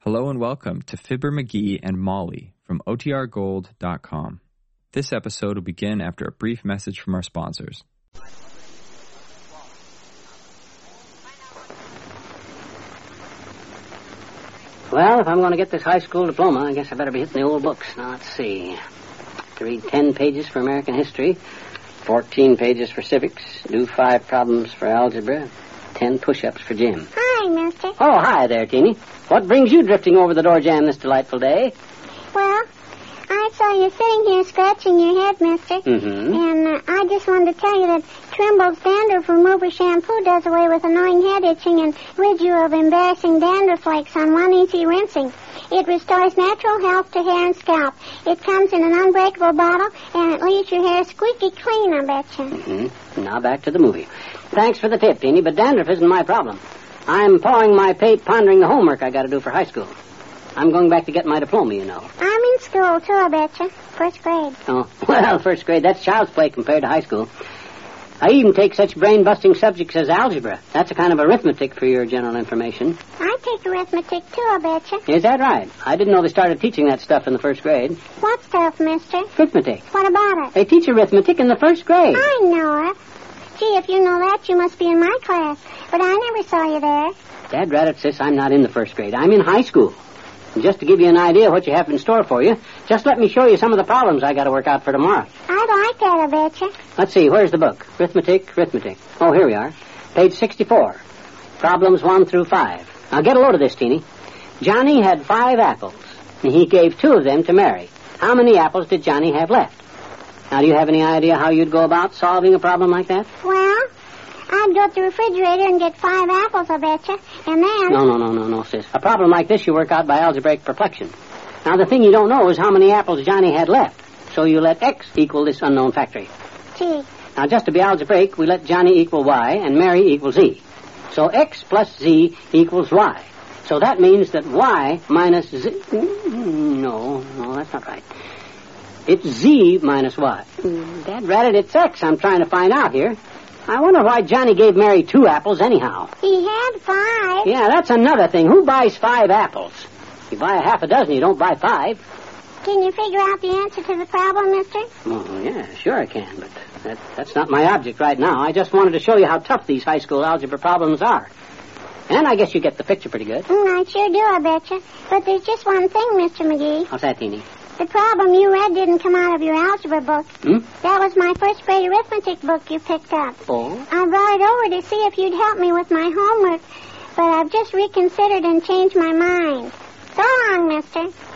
Hello and welcome to Fibber McGee and Molly from OTRGold.com. This episode will begin after a brief message from our sponsors. Well, if I'm going to get this high school diploma, I guess I better be hitting the old books. Now, let's see. To read 10 pages for American history, 14 pages for civics, do five problems for algebra, 10 push ups for gym. Hi, mister. Oh, hi there, Teeny. What brings you drifting over the door jam this delightful day? Well, I saw you sitting here scratching your head, mister. Mhm. And uh, I just wanted to tell you that Trimble's dandruff remover shampoo does away with annoying head itching and rids you of embarrassing dandruff flakes on one easy rinsing. It restores natural health to hair and scalp. It comes in an unbreakable bottle, and it leaves your hair squeaky clean, I betcha. hmm Now back to the movie. Thanks for the tip, Teeny, but dandruff isn't my problem. I'm pawing my pate pondering the homework I got to do for high school. I'm going back to get my diploma, you know. I'm in school, too, I betcha. First grade. Oh, well, first grade, that's child's play compared to high school. I even take such brain busting subjects as algebra. That's a kind of arithmetic for your general information. I take arithmetic, too, I betcha. Is that right? I didn't know they started teaching that stuff in the first grade. What stuff, mister? Arithmetic. What about it? They teach arithmetic in the first grade. I know it. Gee, if you know that, you must be in my class. But I never saw you there. Dad Raditz says I'm not in the first grade. I'm in high school. And just to give you an idea of what you have in store for you, just let me show you some of the problems I got to work out for tomorrow. I'd like that, I betcha. Let's see, where's the book? Arithmetic, arithmetic. Oh, here we are. Page 64. Problems 1 through 5. Now get a load of this, Teeny. Johnny had five apples, and he gave two of them to Mary. How many apples did Johnny have left? Now, do you have any idea how you'd go about solving a problem like that? Well, I'd go to the refrigerator and get five apples, I betcha. And then... No, no, no, no, no, sis. A problem like this you work out by algebraic perplexion. Now, the thing you don't know is how many apples Johnny had left. So you let X equal this unknown factory. Gee, Now, just to be algebraic, we let Johnny equal y and Mary equal z. So x plus z equals y. So that means that y minus z. Mm, No, no, that's not right. It's z minus y. Mm, Dad ratted, it's x I'm trying to find out here. I wonder why Johnny gave Mary two apples anyhow. he had five. Yeah, that's another thing. Who buys five apples? You buy a half a dozen, you don't buy five. Can you figure out the answer to the problem, mister? Oh, yeah, sure I can, but that, that's not my object right now. I just wanted to show you how tough these high school algebra problems are. And I guess you get the picture pretty good. Mm, I sure do, I betcha. But there's just one thing, Mr. McGee. How's that, Teeny? The problem you read didn't come out of your algebra book. Hmm? That was my first grade arithmetic book you picked up. Oh? I brought it over to see if you'd help me with my homework, but I've just reconsidered and changed my mind. So long, mister.